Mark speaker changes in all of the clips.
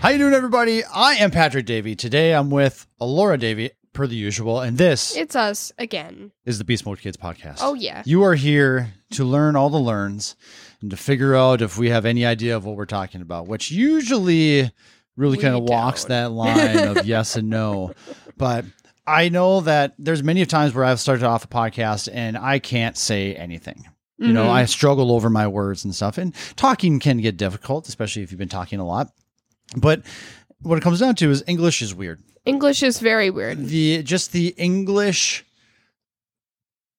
Speaker 1: How you doing, everybody? I am Patrick Davey. Today I'm with Alora Davey, per the usual, and this
Speaker 2: It's us again.
Speaker 1: is the Beast Mode Kids podcast.
Speaker 2: Oh, yeah.
Speaker 1: You are here to learn all the learns and to figure out if we have any idea of what we're talking about, which usually really
Speaker 2: We
Speaker 1: kind of walks
Speaker 2: don't.
Speaker 1: that line of yes and no. But I know that there's many times where I've started off a podcast and I can't say anything. You know,
Speaker 2: Mhm.
Speaker 1: I struggle over my words and stuff, and talking can get difficult, especially if you've been talking a lot. But what it comes down to is English is weird
Speaker 2: English is very weird.
Speaker 1: the just the English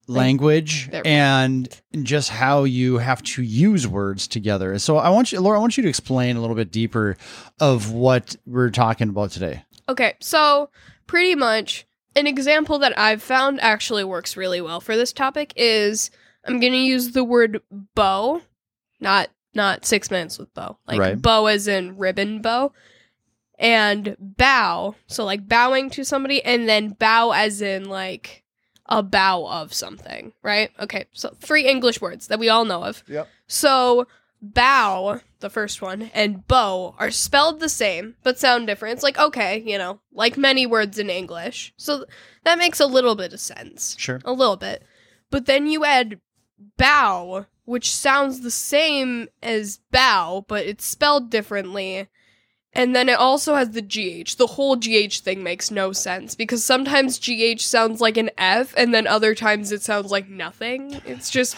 Speaker 1: language
Speaker 2: There we go.
Speaker 1: and just how you have to use words together. So I want you Laura, I want you to explain a little bit deeper of what we're talking about today.
Speaker 2: Okay, so pretty much an example that I've found actually works really well for this topic is I'm going to use the word bow, not not 6 minutes with bow. Like
Speaker 1: Right.
Speaker 2: bow as in ribbon bow and bow. So like bowing to somebody and then bow as in like a bow of something, right? Okay. So three English words that we all know of.
Speaker 1: Yep.
Speaker 2: So bow, the first one, and bow are spelled the same but sound different. It's like okay, you know, like many words in English. So th- that makes a little bit of sense.
Speaker 1: Sure.
Speaker 2: A little bit. But then you add bow, which sounds the same as bow, but it's spelled differently. And then it also has the GH. The whole GH thing makes no sense because sometimes GH sounds like an F and then other times it sounds like nothing. It's just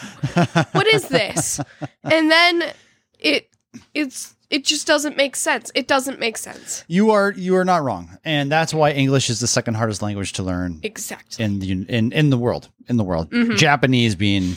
Speaker 2: what is this? And then it it's it just doesn't make sense. It doesn't make sense.
Speaker 1: you are you are not wrong. And that's why English is the second hardest language to learn
Speaker 2: Exactly.
Speaker 1: in the in, in the world. In the world.
Speaker 2: Mhm.
Speaker 1: Japanese being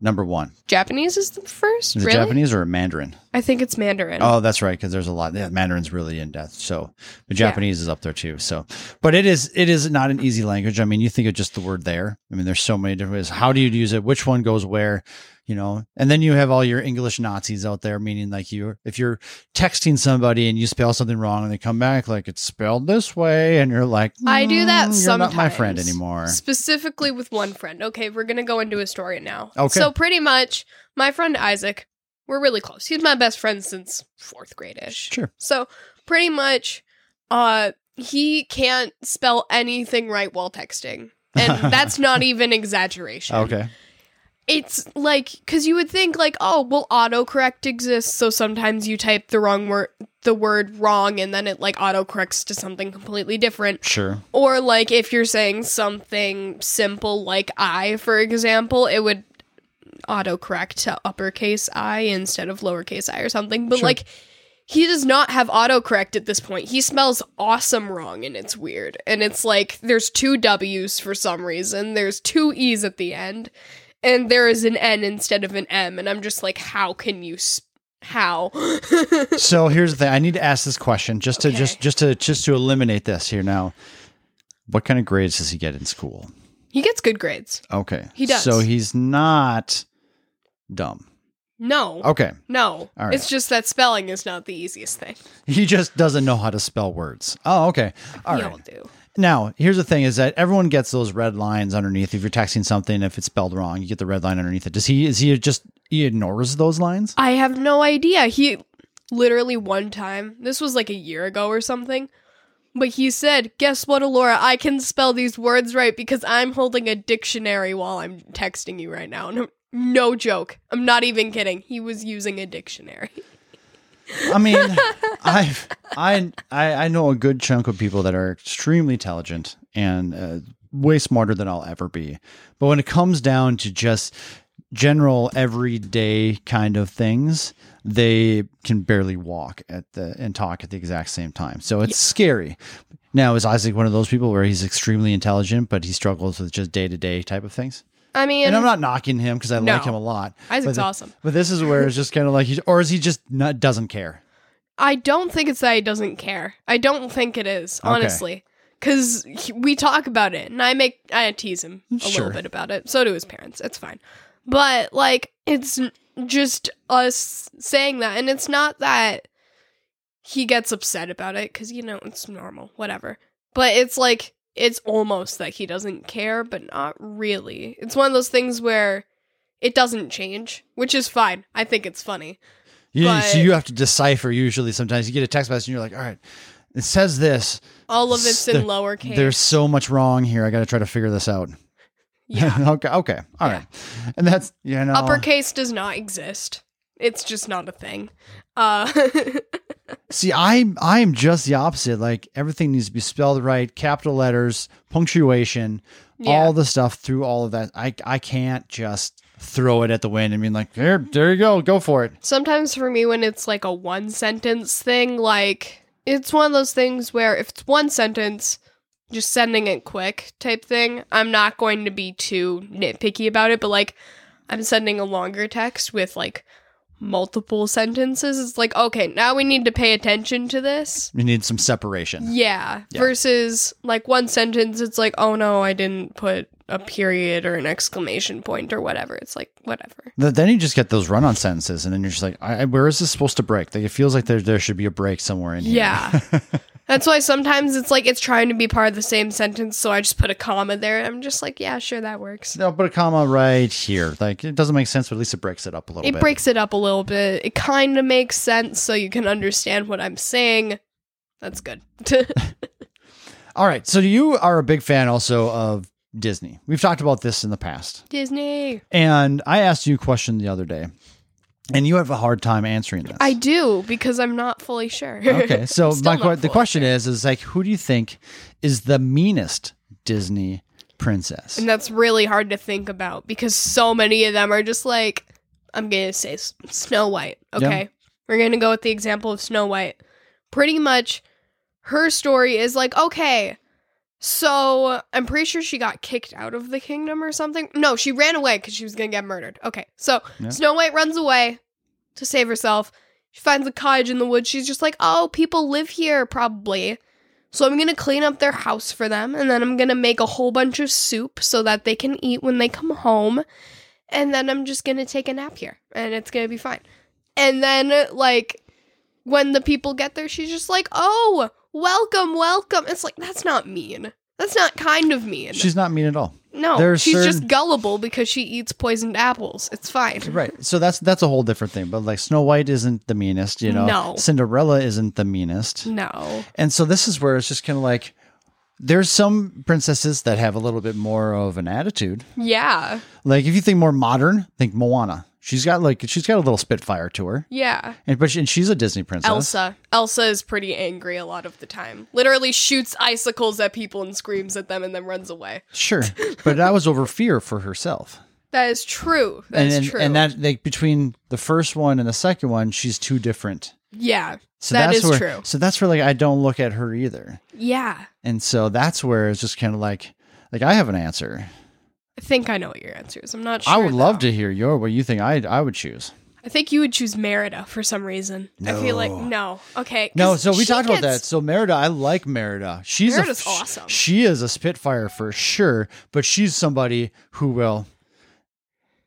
Speaker 1: number one.
Speaker 2: Japanese is the first,
Speaker 1: Is it
Speaker 2: really?
Speaker 1: Japanese or Mandarin?
Speaker 2: I think it's Mandarin.
Speaker 1: Oh, that's right, because there's a lot. Yeah, Mandarin's really in depth. So, but
Speaker 2: Yeah.
Speaker 1: Japanese is up there too. So, but it is it is not an easy language. I mean, you think of just the word there. I mean, there's so many different ways. How do you use it? Which one goes where? You know, and then you have all your English Nazis out there, meaning like you, if you're texting somebody and you spell something wrong, and they come back like it's spelled this way, and you're like,
Speaker 2: I do that
Speaker 1: "Mm, You're not my friend
Speaker 2: sometimes."
Speaker 1: anymore.
Speaker 2: Specifically with one friend. Okay, we're gonna go into a story now.
Speaker 1: Okay.
Speaker 2: So pretty much, my friend Isaac, we're really close. He's my best friend since fourth grade ish.
Speaker 1: Sure.
Speaker 2: So pretty much, uh, he can't spell anything right while texting, and that's not even exaggeration.
Speaker 1: Okay.
Speaker 2: It's like because you would think like, oh, well, autocorrect exists, so sometimes you type the wrong word, the word wrong, and then it like autocorrects to something completely different.
Speaker 1: Sure.
Speaker 2: Or like if you're saying something simple like I, for example, it would autocorrect to uppercase I instead of lowercase I or something. But
Speaker 1: Sure.
Speaker 2: like he does not have autocorrect at this point. He smells awesome wrong and it's weird. And it's like there's two W's for some reason. There's two E's at the end. And there is an N instead of an M. And I'm just like, how can you sp- how?
Speaker 1: So here's the thing. I need to ask this question just to
Speaker 2: Okay.
Speaker 1: just just to just to eliminate this here now. What kind of grades does he get in school?
Speaker 2: he gets good grades.
Speaker 1: Okay.
Speaker 2: He does.
Speaker 1: So he's not dumb.
Speaker 2: No.
Speaker 1: Okay.
Speaker 2: No.
Speaker 1: All right.
Speaker 2: It's just that spelling is not the easiest thing.
Speaker 1: He just doesn't know how to spell words. Oh, okay. All
Speaker 2: we
Speaker 1: right.
Speaker 2: all do.
Speaker 1: Now, here's the thing is that everyone gets those red lines underneath. If you're texting something, if it's spelled wrong, you get the red line underneath it. Does he, is he just, he ignores those lines?
Speaker 2: I have no idea. He literally one time, this was like a year ago or something, but he said, Guess what, Alora? I can spell these words right because I'm holding a dictionary while I'm texting you right now. No, no joke. I'm not even kidding. He was using a dictionary.
Speaker 1: I mean, I've, I, I, I know a good chunk of people that are extremely intelligent and uh, way smarter than I'll ever be. But when it comes down to just general everyday kind of things, they can barely walk at the and talk at the exact same time. So it's scary. Now is Isaac one of those people where he's extremely intelligent, but he struggles with just day to day type of things?
Speaker 2: I mean,
Speaker 1: And I'm not knocking him because I
Speaker 2: No.
Speaker 1: like him a lot.
Speaker 2: Isaac's
Speaker 1: but,
Speaker 2: awesome.
Speaker 1: But this is where it's just kind of like, he, or is he just not, doesn't care?
Speaker 2: I don't think it's that he doesn't care. I don't think it is, honestly. Because we talk about it, and I make I tease him a
Speaker 1: Sure.
Speaker 2: little bit about it. So do his parents. It's fine, but like it's n- just us saying that, and it's not that he gets upset about it because you know it's normal, whatever. But it's like it's almost like he doesn't care, but not really. It's one of those things where it doesn't change, which is fine. I think it's funny,
Speaker 1: Yeah, so
Speaker 2: But-
Speaker 1: you have to decipher. Usually, sometimes you get a text message and you're like, all right, it says this.
Speaker 2: All of it's in
Speaker 1: There-
Speaker 2: lowercase.
Speaker 1: There's so much wrong here. I got to try to figure this out.
Speaker 2: yeah.
Speaker 1: okay. Okay. All right. And that's you know.
Speaker 2: Uppercase does not exist. It's just not a thing. Uh,
Speaker 1: See, I'm I'm just the opposite. Like everything needs to be spelled right, capital letters, punctuation,
Speaker 2: Yeah.
Speaker 1: all the stuff through all of that. I I can't just throw it at the wind and mean like, there, there you go, go for it.
Speaker 2: sometimes for me, when it's like a one sentence thing, like it's one of those things where if it's one sentence, just sending it quick type thing, I'm not going to be too nitpicky about it. But like, I'm sending a longer text with like multiple sentences. It's like, okay, now we need to pay attention to this.
Speaker 1: You need some separation.
Speaker 2: Yeah.
Speaker 1: Yeah.
Speaker 2: Versus like one sentence, it's like, oh no, I didn't put a period or an exclamation point or whatever. It's like, whatever.
Speaker 1: Th- Then you just get those run-on sentences, and then you're just like, I, I- "Where is this supposed to break?" Like it feels like there there should be a break somewhere in here.
Speaker 2: Yeah. That's why sometimes it's like it's trying to be part of the same sentence, so I just put a comma there. I'm just like, yeah, sure, that works.
Speaker 1: No, put a comma right here. Like it doesn't make sense, but at least it breaks it up a little
Speaker 2: It
Speaker 1: bit.
Speaker 2: breaks it up a little bit. It kind of makes sense so you can understand what I'm saying. That's good.
Speaker 1: All right. So you are a big fan also of Disney. We've talked about this in the past.
Speaker 2: Disney.
Speaker 1: And I asked you a question the other day, and you have a hard time answering this.
Speaker 2: I do because I'm not fully sure.
Speaker 1: okay. So
Speaker 2: Still
Speaker 1: my
Speaker 2: not
Speaker 1: que- the
Speaker 2: fully
Speaker 1: question is is like who do you think is the meanest Disney princess?
Speaker 2: And that's really hard to think about because so many of them are just like, I'm going to say S- Snow White. Okay. We're going to go with the example of Snow White. Pretty much her story is like, okay, so I'm pretty sure she got kicked out of the kingdom or something. No, she ran away because she was going to get murdered. Okay. So
Speaker 1: Yeah.
Speaker 2: Snow White runs away to save herself. She finds a cottage in the woods. She's just like, oh, people live here probably. So I'm gonna clean up their house for them, and then I'm gonna make a whole bunch of soup so that they can eat when they come home. And then I'm just gonna take a nap here, and it's gonna be fine. And then, like, when the people get there, she's just like, "Oh, welcome, welcome." It's like that's not mean. That's not kind of mean.
Speaker 1: She's not mean at all.
Speaker 2: no,
Speaker 1: there's
Speaker 2: she's just
Speaker 1: certain-
Speaker 2: gullible because she eats poisoned apples. It's fine.
Speaker 1: Right. So that's that's a whole different thing. But like Snow White isn't the meanest, you know.
Speaker 2: No.
Speaker 1: Cinderella isn't the meanest.
Speaker 2: No.
Speaker 1: And so this is where it's just kind of like there's some princesses that have a little bit more of an attitude.
Speaker 2: Yeah.
Speaker 1: Like if you think more modern, think Moana. She's got like she's got a little spitfire to her,
Speaker 2: Yeah.
Speaker 1: and but she, and she's a Disney princess.
Speaker 2: Elsa. Elsa is pretty angry a lot of the time. Literally shoots icicles at people and screams at them and then runs away.
Speaker 1: Sure, but that was over fear for herself.
Speaker 2: That is true. That
Speaker 1: and
Speaker 2: is
Speaker 1: and,
Speaker 2: true.
Speaker 1: and that like between the first one and the second one, she's too different.
Speaker 2: yeah.
Speaker 1: So
Speaker 2: That
Speaker 1: that's
Speaker 2: is
Speaker 1: where,
Speaker 2: true.
Speaker 1: So that's where like I don't look at her either,
Speaker 2: Yeah.
Speaker 1: and so that's where it's just kind of like like I have an answer.
Speaker 2: I think I know what your answer is. I'm not sure.
Speaker 1: I would love
Speaker 2: though.
Speaker 1: to hear your what you think I I would choose.
Speaker 2: I think you would choose Merida for some reason. I feel like
Speaker 1: No.
Speaker 2: no. Okay. 'cause
Speaker 1: No, so we
Speaker 2: she
Speaker 1: talked about that.
Speaker 2: gets-
Speaker 1: So Merida, I like Merida. She's a-
Speaker 2: Merida's
Speaker 1: sh-
Speaker 2: awesome.
Speaker 1: She is a spitfire for sure, but she's somebody who will.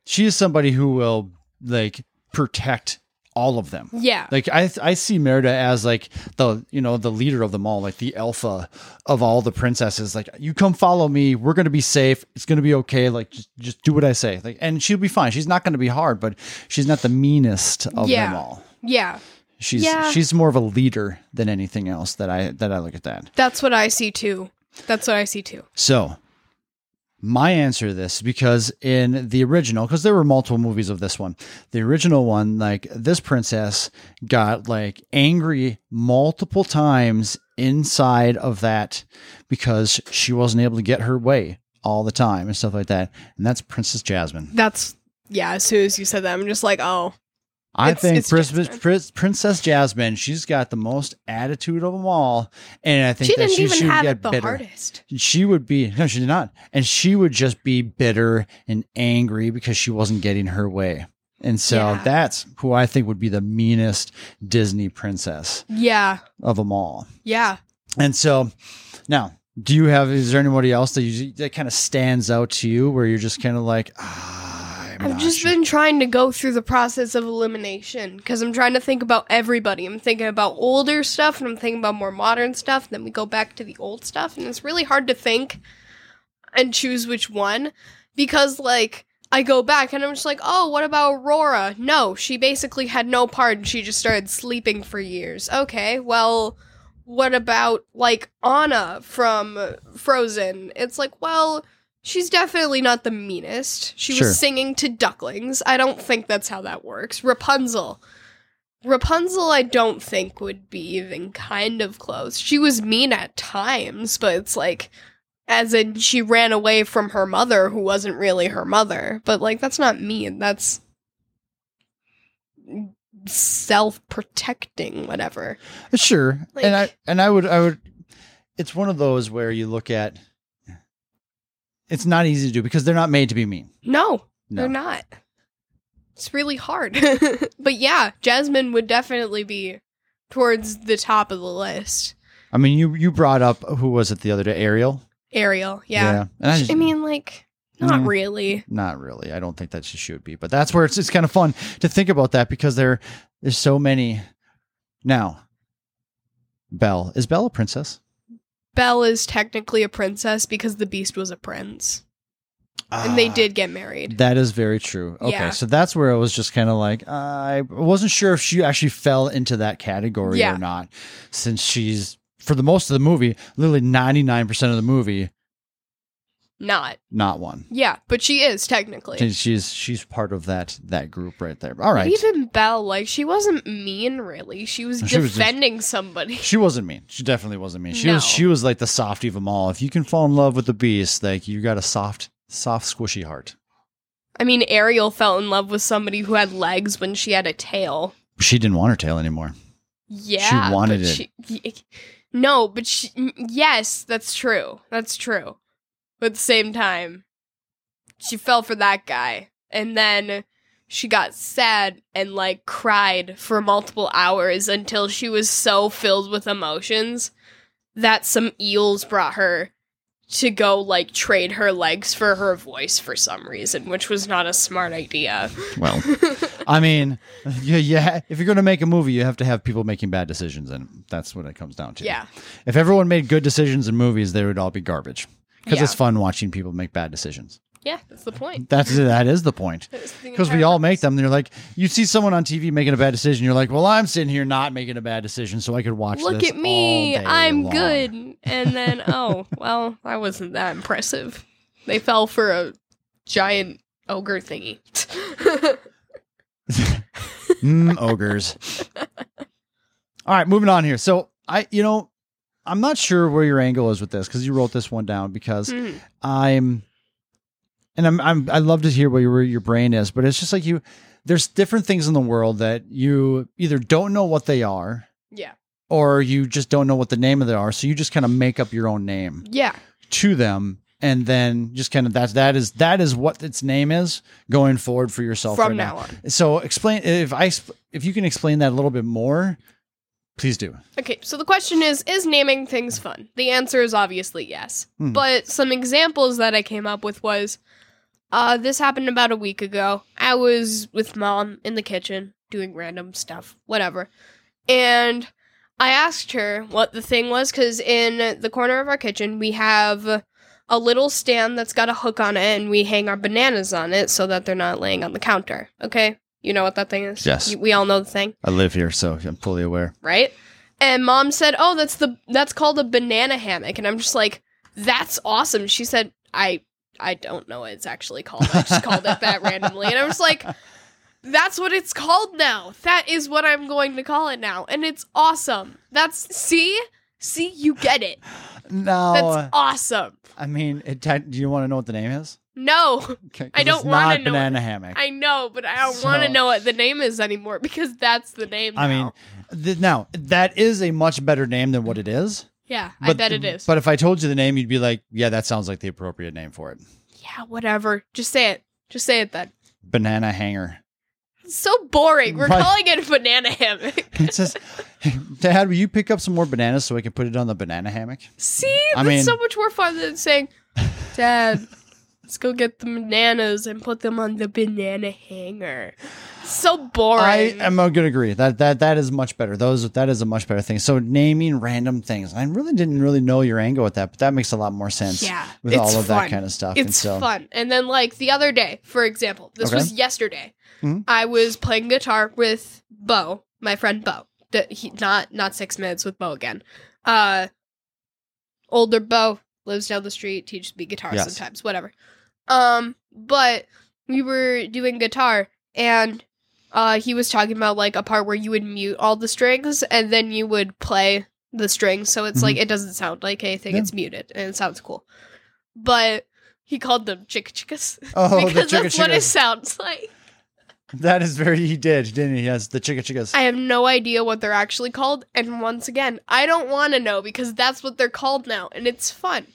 Speaker 1: She is somebody who will like protect all of them.
Speaker 2: Yeah.
Speaker 1: Like I, I see Merida as like the you know the leader of them all, like the alpha of all the princesses. Like you come follow me, we're gonna be safe. It's gonna be okay. Like just, just do what I say. Like and she'll be fine. She's not gonna be hard, but she's not the meanest of
Speaker 2: Yeah.
Speaker 1: them all.
Speaker 2: yeah.
Speaker 1: She's
Speaker 2: Yeah.
Speaker 1: she's more of a leader than anything else that I that I look at that.
Speaker 2: That's what I see too. That's what I see too.
Speaker 1: So my answer to this because in the original because there were multiple movies of this one. The original one like this princess got like angry multiple times inside of that because she wasn't able to get her way all the time and stuff like that. And that's Princess Jasmine.
Speaker 2: That's yeah, as soon as you said that, I'm just like, oh,
Speaker 1: I
Speaker 2: It's-
Speaker 1: think
Speaker 2: it's
Speaker 1: Pris-
Speaker 2: Jasmine.
Speaker 1: Pris- Princess Jasmine, she's got the most attitude of them all and I think
Speaker 2: she
Speaker 1: that
Speaker 2: didn't
Speaker 1: she,
Speaker 2: even
Speaker 1: she would
Speaker 2: have
Speaker 1: get
Speaker 2: it the
Speaker 1: bitter.
Speaker 2: hardest.
Speaker 1: she would be no she did not and she would just be bitter and angry because she wasn't getting her way and so
Speaker 2: Yeah.
Speaker 1: that's who i think would be the meanest disney princess
Speaker 2: Yeah.
Speaker 1: of them all
Speaker 2: Yeah.
Speaker 1: and so now do you have is there anybody else that you that kind of stands out to you where you're just kind of like ah, I'm
Speaker 2: I've
Speaker 1: not
Speaker 2: just
Speaker 1: sure."
Speaker 2: been trying to go through the process of elimination because I'm trying to think about everybody. I'm thinking about older stuff and I'm thinking about more modern stuff. And then we go back to the old stuff, and it's really hard to think and choose which one because, like, I go back and I'm just like, oh, what about Aurora? No, she basically had no part and she just started sleeping for years. Okay, well, what about like Anna from Frozen? It's like, well, she's definitely not the meanest. She
Speaker 1: Sure.
Speaker 2: was singing to ducklings. I don't think that's how that works. Rapunzel. Rapunzel, I don't think would be even kind of close. She was mean at times, but it's like, as in she ran away from her mother who wasn't really her mother but like that's not mean that's self-protecting whatever
Speaker 1: Sure. and I
Speaker 2: Like-
Speaker 1: and I would I would it's one of those where you look at it's not easy to do because they're not made to be mean.
Speaker 2: no,
Speaker 1: No.
Speaker 2: they're not it's really hard but yeah jasmine would definitely be towards the top of the list
Speaker 1: I mean you you brought up who was it the other day? Ariel?
Speaker 2: ariel yeah,
Speaker 1: And I, just,
Speaker 2: i mean like not
Speaker 1: Mm.
Speaker 2: really
Speaker 1: not really. I don't think that she should be. But that's where it's it's kind of fun to think about that because there there's so many now. Belle. Is Belle a princess?
Speaker 2: belle is technically a princess because the beast was a prince and they
Speaker 1: Ah.
Speaker 2: did get married
Speaker 1: That is very true. Okay,
Speaker 2: Yeah.
Speaker 1: so that's where I was just kind of like, I wasn't sure if she actually fell into that category
Speaker 2: Yeah.
Speaker 1: or not, since she's for the most of the movie, literally ninety nine percent of the movie,
Speaker 2: not
Speaker 1: not one.
Speaker 2: yeah but she is technically
Speaker 1: And she's she's part of that that group right there. All
Speaker 2: But
Speaker 1: right,
Speaker 2: Even Belle, like she wasn't mean really. She was
Speaker 1: She was just-
Speaker 2: defending somebody.
Speaker 1: she wasn't mean. She definitely wasn't mean. She
Speaker 2: No.
Speaker 1: was she was like the softie of them all. If you can fall in love with the beast, like you got a soft soft squishy heart.
Speaker 2: I mean, Ariel fell in love with somebody who had legs when she had a tail.
Speaker 1: She didn't want her tail anymore.
Speaker 2: Yeah,
Speaker 1: wanted
Speaker 2: but
Speaker 1: it.
Speaker 2: she- no, but she, yes, that's true. That's true. But at the same time, she fell for that guy, and then she got sad and like cried for multiple hours until she was so filled with emotions that some eels brought her to go like trade her legs for her voice for some reason, which was not a smart idea.
Speaker 1: Well, I mean, yeah, yeah. If you're going to make a movie, you have to have people making bad decisions, and that's what it comes down to.
Speaker 2: yeah.
Speaker 1: If everyone made good decisions in movies, they would all be garbage. Because
Speaker 2: Yeah.
Speaker 1: it's fun watching people make bad decisions.
Speaker 2: Yeah, that's the point.
Speaker 1: That's that is the point. Because we all make them. And you're like, you see someone on TV making a bad decision. You're like, well, I'm sitting here not making a bad decision, so I could watch.
Speaker 2: Look
Speaker 1: this
Speaker 2: at me,
Speaker 1: all day
Speaker 2: I'm
Speaker 1: long."
Speaker 2: good. And then, oh, well, that wasn't that impressive. They fell for a giant ogre thingy.
Speaker 1: Mm, ogres. All right, moving on here. So I, you know, I'm not sure where your angle is with this because you wrote this one down because
Speaker 2: Mhm.
Speaker 1: I'm, and I'm, I'm, I love to hear where your, where your brain is, but it's just like you, there's different things in the world that you either don't know what they are
Speaker 2: yeah.
Speaker 1: or you just don't know what the name of they are. So you just kind of make up your own name
Speaker 2: Yeah.
Speaker 1: to them. And then just kind of that's that is that is what its name is going forward for yourself
Speaker 2: From
Speaker 1: right
Speaker 2: now on.
Speaker 1: So explain if I sp- if you can explain that a little bit more, please do.
Speaker 2: Okay, so the question is Is naming things fun? The answer is obviously yes.
Speaker 1: Hmm.
Speaker 2: But some examples that I came up with was uh, this happened about a week ago. I was with mom in the kitchen doing random stuff, whatever. And I asked her what the thing was because in the corner of our kitchen, we have a little stand that's got a hook on it and we hang our bananas on it so that they're not laying on the counter. Okay? You know what that thing is?
Speaker 1: Yes.
Speaker 2: You- We all know the thing
Speaker 1: I live here, so I'm fully aware.
Speaker 2: right? And mom said, "Oh, that's the that's called a banana hammock." And I'm just like, "That's awesome." She said, "I I don't know what it's actually called. I just called it that randomly." And I was like, "That's what it's called now. That is what I'm going to call it now, and it's awesome. That's see." See, you get it.
Speaker 1: No,
Speaker 2: That's awesome.
Speaker 1: I mean, it, tec- do you want to know what the name is?
Speaker 2: No,
Speaker 1: Okay, 'cause
Speaker 2: I don't
Speaker 1: it's
Speaker 2: wanna
Speaker 1: not
Speaker 2: know
Speaker 1: banana hammock.
Speaker 2: I know, but I don't
Speaker 1: So-
Speaker 2: want to know what the name is anymore because that's the name.
Speaker 1: I
Speaker 2: now.
Speaker 1: mean, th- now that is a much better name than what it is.
Speaker 2: yeah,
Speaker 1: But,
Speaker 2: I bet it is.
Speaker 1: But if I told you the name, you'd be like, "Yeah, that sounds like the appropriate name for it."
Speaker 2: yeah, whatever. Just say it. Just say it then.
Speaker 1: Banana hanger.
Speaker 2: so boring. We're
Speaker 1: Right.
Speaker 2: calling it a banana hammock.
Speaker 1: It says, "Dad, will you pick up some more bananas so I can put it on the banana hammock?"
Speaker 2: See,
Speaker 1: I
Speaker 2: that's
Speaker 1: mean-
Speaker 2: so much more fun than saying, "Dad, Let's go get the bananas and put them on the banana hanger. So boring.
Speaker 1: I am going to agree that that that is much better. Those that is a much better thing. So naming random things. I really didn't really know your angle with that, but that makes a lot more sense.
Speaker 2: Yeah,
Speaker 1: with
Speaker 2: it's
Speaker 1: all of
Speaker 2: fun.
Speaker 1: that kind of stuff. and
Speaker 2: It's
Speaker 1: so
Speaker 2: fun. And then, like the other day, for example, this
Speaker 1: Okay.
Speaker 2: was yesterday.
Speaker 1: Mhm.
Speaker 2: I was playing guitar with Bo, my friend Bo. That he not not six minutes with Bo again. Uh, older Bo lives down the street, teaches me guitar
Speaker 1: Yes.
Speaker 2: sometimes, whatever. Um, but we were doing guitar, and uh, he was talking about like a part where you would mute all the strings, and then you would play the strings, so it's like it doesn't sound like anything.
Speaker 1: Mm-hmm. Yeah.
Speaker 2: It's muted, and it sounds cool. But he called them chicka chickas
Speaker 1: Oh, the
Speaker 2: because
Speaker 1: chicka
Speaker 2: that's what it
Speaker 1: chickas.
Speaker 2: sounds like.
Speaker 1: That is very. He did, didn't he? Yes, the chicka chickas.
Speaker 2: I have no idea what they're actually called, and once again, I don't want to know because that's what they're called now, and it's fun.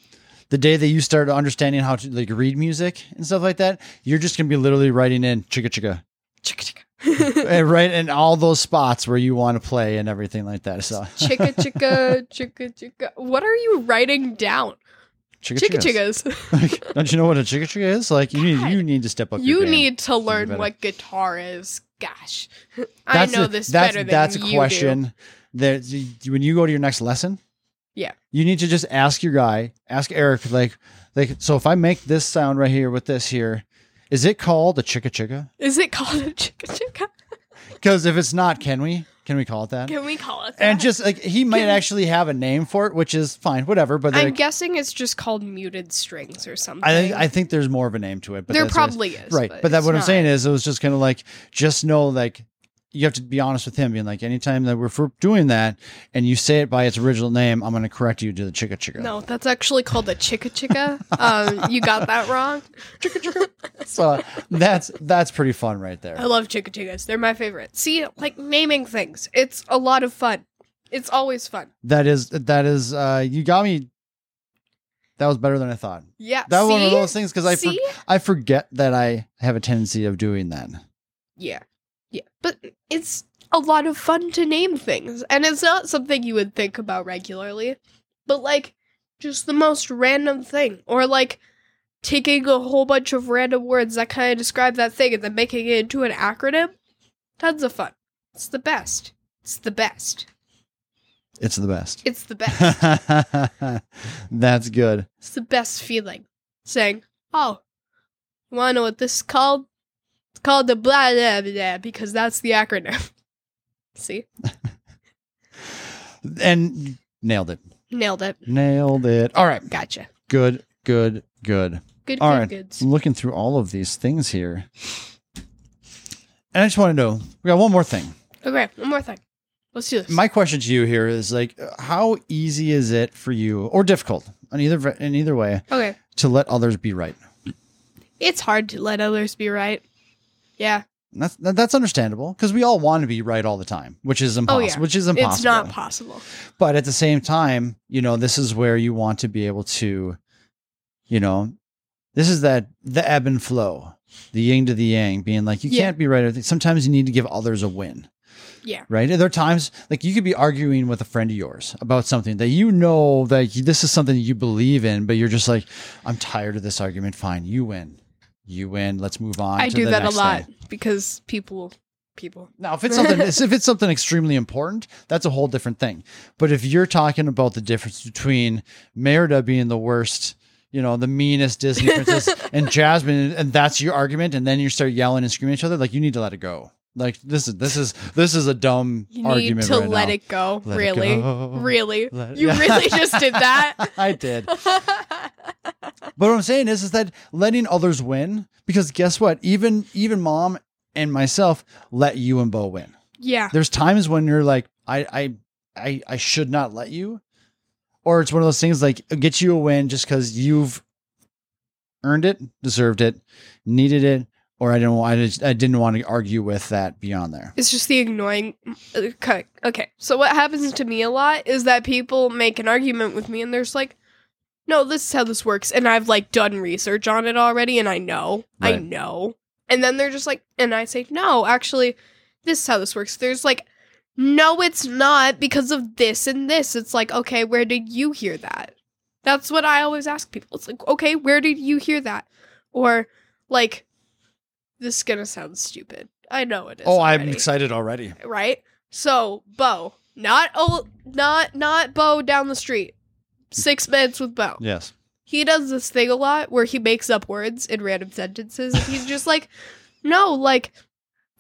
Speaker 1: the day that you start understanding how to like read music and stuff like that, you're just gonna be literally writing in chicka chicka
Speaker 2: Chicka chicka,
Speaker 1: and right in all those spots where you want to play and everything like that. So
Speaker 2: chicka chicka, chicka chicka. What are you writing down?
Speaker 1: chicka
Speaker 2: Chicka
Speaker 1: chickas.
Speaker 2: chickas.
Speaker 1: Like, don't you know what a chicka chicka is? Like you
Speaker 2: God.
Speaker 1: need you need to step up. your
Speaker 2: You
Speaker 1: game.
Speaker 2: need to learn
Speaker 1: better.
Speaker 2: what guitar is. Gosh, I
Speaker 1: That's
Speaker 2: know
Speaker 1: a-
Speaker 2: this
Speaker 1: that's,
Speaker 2: better than
Speaker 1: that's
Speaker 2: you
Speaker 1: a
Speaker 2: do.
Speaker 1: question that you- when you go to your next lesson,
Speaker 2: Yeah.
Speaker 1: you need to just ask your guy, ask Eric, like like so. If I make this sound right here with this here. Is it called a chicka chicka?
Speaker 2: Is it called a chicka chicka?
Speaker 1: Because if it's not, can we? Can we call it that?
Speaker 2: Can we call it? That?
Speaker 1: and just like he might actually have a name for it, which is fine, whatever. But
Speaker 2: I'm
Speaker 1: like,
Speaker 2: guessing it's just called muted strings or something.
Speaker 1: I think I think there's more of a name to it. But
Speaker 2: there
Speaker 1: that's what it's-
Speaker 2: probably is.
Speaker 1: right. But, that's
Speaker 2: it's
Speaker 1: what I'm
Speaker 2: not.
Speaker 1: saying is, it was just kind of like just know like you have to be honest with him, being like, anytime that we're for doing that, and you say it by its original name, I'm going to correct you to the chicka chicka.
Speaker 2: No, that's actually called a chicka chicka. um, you got that wrong. Chicka chicka.
Speaker 1: So that's that's pretty fun right there.
Speaker 2: I love chicka chickas. They're my favorite. See, like naming things, it's a lot of fun. It's always fun.
Speaker 1: That is that is uh you got me. That was better than I thought.
Speaker 2: Yeah.
Speaker 1: That was one of
Speaker 2: see?
Speaker 1: those things because I for,
Speaker 2: See?
Speaker 1: I forget that I have a tendency of doing that.
Speaker 2: Yeah. Yeah. But it's a lot of fun to name things, and it's not something you would think about regularly. But like just the most random thing or like taking a whole bunch of random words that kind of describe that thing and then making it into an acronym. Tons of fun. It's the best. It's the best.
Speaker 1: It's the best.
Speaker 2: It's the best.
Speaker 1: That's good.
Speaker 2: It's the best feeling. Saying, oh, you want to know what this is called? It's called the blah, blah, blah, because that's the acronym. See?
Speaker 1: And nailed it.
Speaker 2: Nailed it.
Speaker 1: Nailed it. All right.
Speaker 2: Gotcha.
Speaker 1: Good, good, good.
Speaker 2: Good,
Speaker 1: All
Speaker 2: good,
Speaker 1: right.
Speaker 2: goods.
Speaker 1: I'm looking through all of these things here. And I just want to know we got one more thing.
Speaker 2: Okay, one more thing. Let's do this.
Speaker 1: My question to you here is like, how easy is it for you, or difficult, in either in either way,
Speaker 2: okay,
Speaker 1: to let others be right?
Speaker 2: it's hard to let others be right. Yeah,
Speaker 1: And that's that- that's understandable because we all want to be right all the time, which is impossible.
Speaker 2: Oh, yeah.
Speaker 1: Which is impossible.
Speaker 2: it's not possible.
Speaker 1: but at the same time you know this is where you want to be able to you know this is that the ebb and flow the yin to the yang being like you
Speaker 2: Yeah.
Speaker 1: can't be right everything. sometimes you need to give others a win
Speaker 2: Yeah.
Speaker 1: right And there are times like you could be arguing with a friend of yours about something that you know that you- this is something you believe in but you're just like i'm tired of this argument fine you win you win let's move on
Speaker 2: I
Speaker 1: to
Speaker 2: do
Speaker 1: the
Speaker 2: that a
Speaker 1: next
Speaker 2: lot
Speaker 1: thing.
Speaker 2: because people, people.
Speaker 1: Now, if it's something, if it's something extremely important, that's a whole different thing. But if you're talking about the difference between Merida being the worst, you know, the meanest Disney princess, and Jasmine, and that's your argument, and then you start yelling and screaming at each other, like you need to let it go. Like this is this is this is a dumb
Speaker 2: You
Speaker 1: argument
Speaker 2: need to
Speaker 1: right
Speaker 2: let
Speaker 1: now.
Speaker 2: it go.
Speaker 1: Let it
Speaker 2: really,
Speaker 1: go.
Speaker 2: really.
Speaker 1: Let-
Speaker 2: you really just did that.
Speaker 1: I did. But what I'm saying is, is that letting others win, because guess what? Even even mom and myself let you and Bo win.
Speaker 2: yeah.
Speaker 1: there's times when you're like I, I i i should not let you or it's one of those things like it'll get you a win just because you've earned it deserved it needed it or i didn't want I, just- I didn't want to argue with that beyond there
Speaker 2: It's just the annoying. Okay. Okay. So what happens to me a lot is that people make an argument with me, and there's like, "No, this is how this works," and I've like done research on it already, and I know, I
Speaker 1: Right.
Speaker 2: know. And then they're just like, and I say, "No, actually, this is how this works." There's like, "No, it's not because of this and this." It's like, okay, where did you hear that? That's what I always ask people. It's like, okay, where did you hear that? Or like this is gonna sound stupid. I know it is.
Speaker 1: Oh, I'm
Speaker 2: already,
Speaker 1: excited already.
Speaker 2: Right? So Bo. Not oh not not Bo down the street. Six minutes with Bo.
Speaker 1: Yes.
Speaker 2: He does this thing a lot where he makes up words in random sentences and he's just like, No, like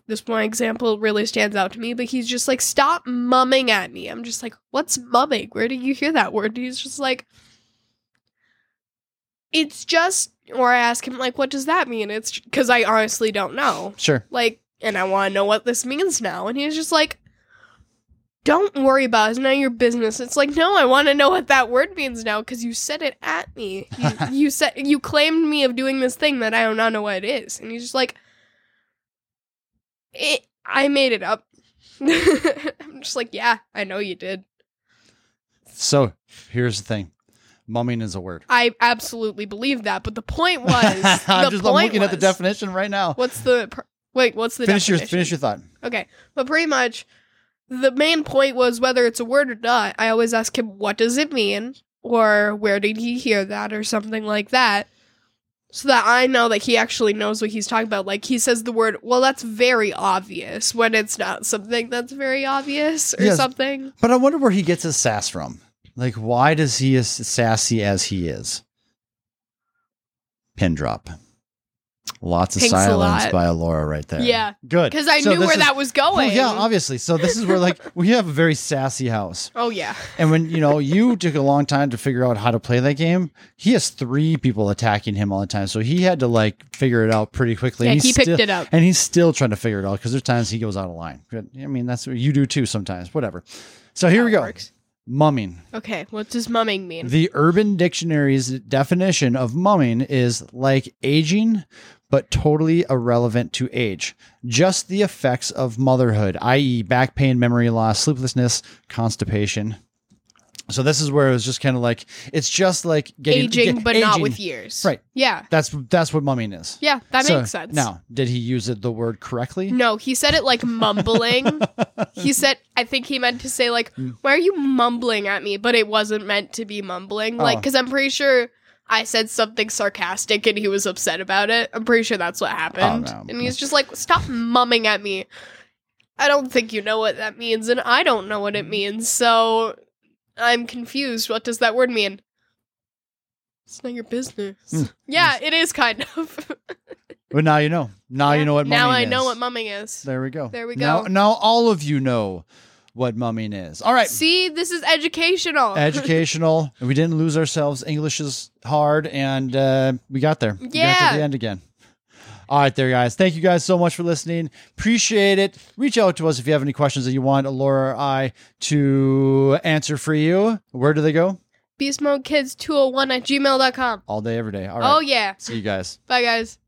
Speaker 2: this one example really stands out to me, but he's just like, Stop mumming at me. I'm just like, What's mumming? Where did you hear that word? And he's just like It's just or I ask him like, what does that mean? It's because I honestly don't know
Speaker 1: Sure.
Speaker 2: like and i want to know what this means now and he was just like don't worry about it it's none of your business it's like no i want to know what that word means now because you said it at me you, you said you claimed me of doing this thing that i do not know what it is and he's just like it, i made it up i'm just like yeah i know you did
Speaker 1: So here's the thing. Mumming is a word.
Speaker 2: i absolutely believe that but the point was
Speaker 1: I'm just
Speaker 2: the
Speaker 1: I'm
Speaker 2: point
Speaker 1: looking at the
Speaker 2: was-
Speaker 1: definition right now.
Speaker 2: what's the pr- wait what's the
Speaker 1: finish your
Speaker 2: definition?
Speaker 1: finish your thought.
Speaker 2: Okay, but pretty much the main point was whether it's a word or not. I always ask him, what does it mean? Or where did he hear that? Or something like that. So that I know that he actually knows what he's talking about. Like he says the word, well, that's very obvious when it's not something that's very obvious or
Speaker 1: Yes.
Speaker 2: something.
Speaker 1: But I wonder where he gets his sass from. Like, why does he as sassy as he is? Pin drop. Lots of
Speaker 2: Thanks a
Speaker 1: silence
Speaker 2: lot.
Speaker 1: by Alora right there.
Speaker 2: Yeah.
Speaker 1: Good.
Speaker 2: Because I
Speaker 1: So
Speaker 2: knew
Speaker 1: this
Speaker 2: where
Speaker 1: is-
Speaker 2: that was going.
Speaker 1: Well, yeah, obviously. So this is where like we have a very sassy house.
Speaker 2: oh, yeah.
Speaker 1: And when you know you took a long time to figure out how to play that game, he has three people attacking him all the time, so he had to like figure it out pretty quickly.
Speaker 2: Yeah,
Speaker 1: and he's
Speaker 2: he picked
Speaker 1: still-
Speaker 2: it up.
Speaker 1: and he's still trying to figure it out because there's times he goes out of line. But, I mean, that's what you do too sometimes. Whatever. So here
Speaker 2: How
Speaker 1: we
Speaker 2: it
Speaker 1: go.
Speaker 2: works.
Speaker 1: Mumming.
Speaker 2: Okay, what does mumming mean?
Speaker 1: The Urban Dictionary's definition of mumming is like aging, but totally irrelevant to age. Just the effects of motherhood, i.e., back pain, memory loss, sleeplessness, constipation. So this is where it was just kind of like it's just like getting,
Speaker 2: aging,
Speaker 1: ge-
Speaker 2: but not
Speaker 1: aging.
Speaker 2: with years.
Speaker 1: Right.
Speaker 2: Yeah.
Speaker 1: That's that's what mumming is.
Speaker 2: Yeah, that
Speaker 1: So,
Speaker 2: makes sense.
Speaker 1: Now, did he use it the word correctly?
Speaker 2: No, he said it like mumbling. he said, I think he meant to say like,
Speaker 1: Mm.
Speaker 2: "Why are you mumbling at me?" But it wasn't meant to be mumbling. Like,
Speaker 1: Oh.
Speaker 2: because I'm pretty sure I said something sarcastic and he was upset about it. I'm pretty sure that's what happened.
Speaker 1: Oh, no.
Speaker 2: And he's just like, "Stop mumming at me." I don't think you know what that means, and I don't know
Speaker 1: Mm.
Speaker 2: what it means. So I'm confused. What does that word mean? It's not your business.
Speaker 1: Hmm.
Speaker 2: Yeah, it is kind of.
Speaker 1: But now you know. Now Oh, you know what mumming
Speaker 2: Now I
Speaker 1: is.
Speaker 2: know what mumming is.
Speaker 1: There we go.
Speaker 2: There we
Speaker 1: Now,
Speaker 2: go.
Speaker 1: now all of you know what mumming is. All right.
Speaker 2: See, this is educational.
Speaker 1: educational. we didn't lose ourselves. English is hard, and uh, we got there. We got to
Speaker 2: Yeah.
Speaker 1: the end again. All right, there, guys. Thank you guys so much for listening. Appreciate it. Reach out to us if you have any questions that you want Laura or I to answer for you. Where do they go?
Speaker 2: beastmodekids201 at gmail.com.
Speaker 1: All day, every day. All right.
Speaker 2: Oh, yeah.
Speaker 1: See you guys.
Speaker 2: Bye, guys.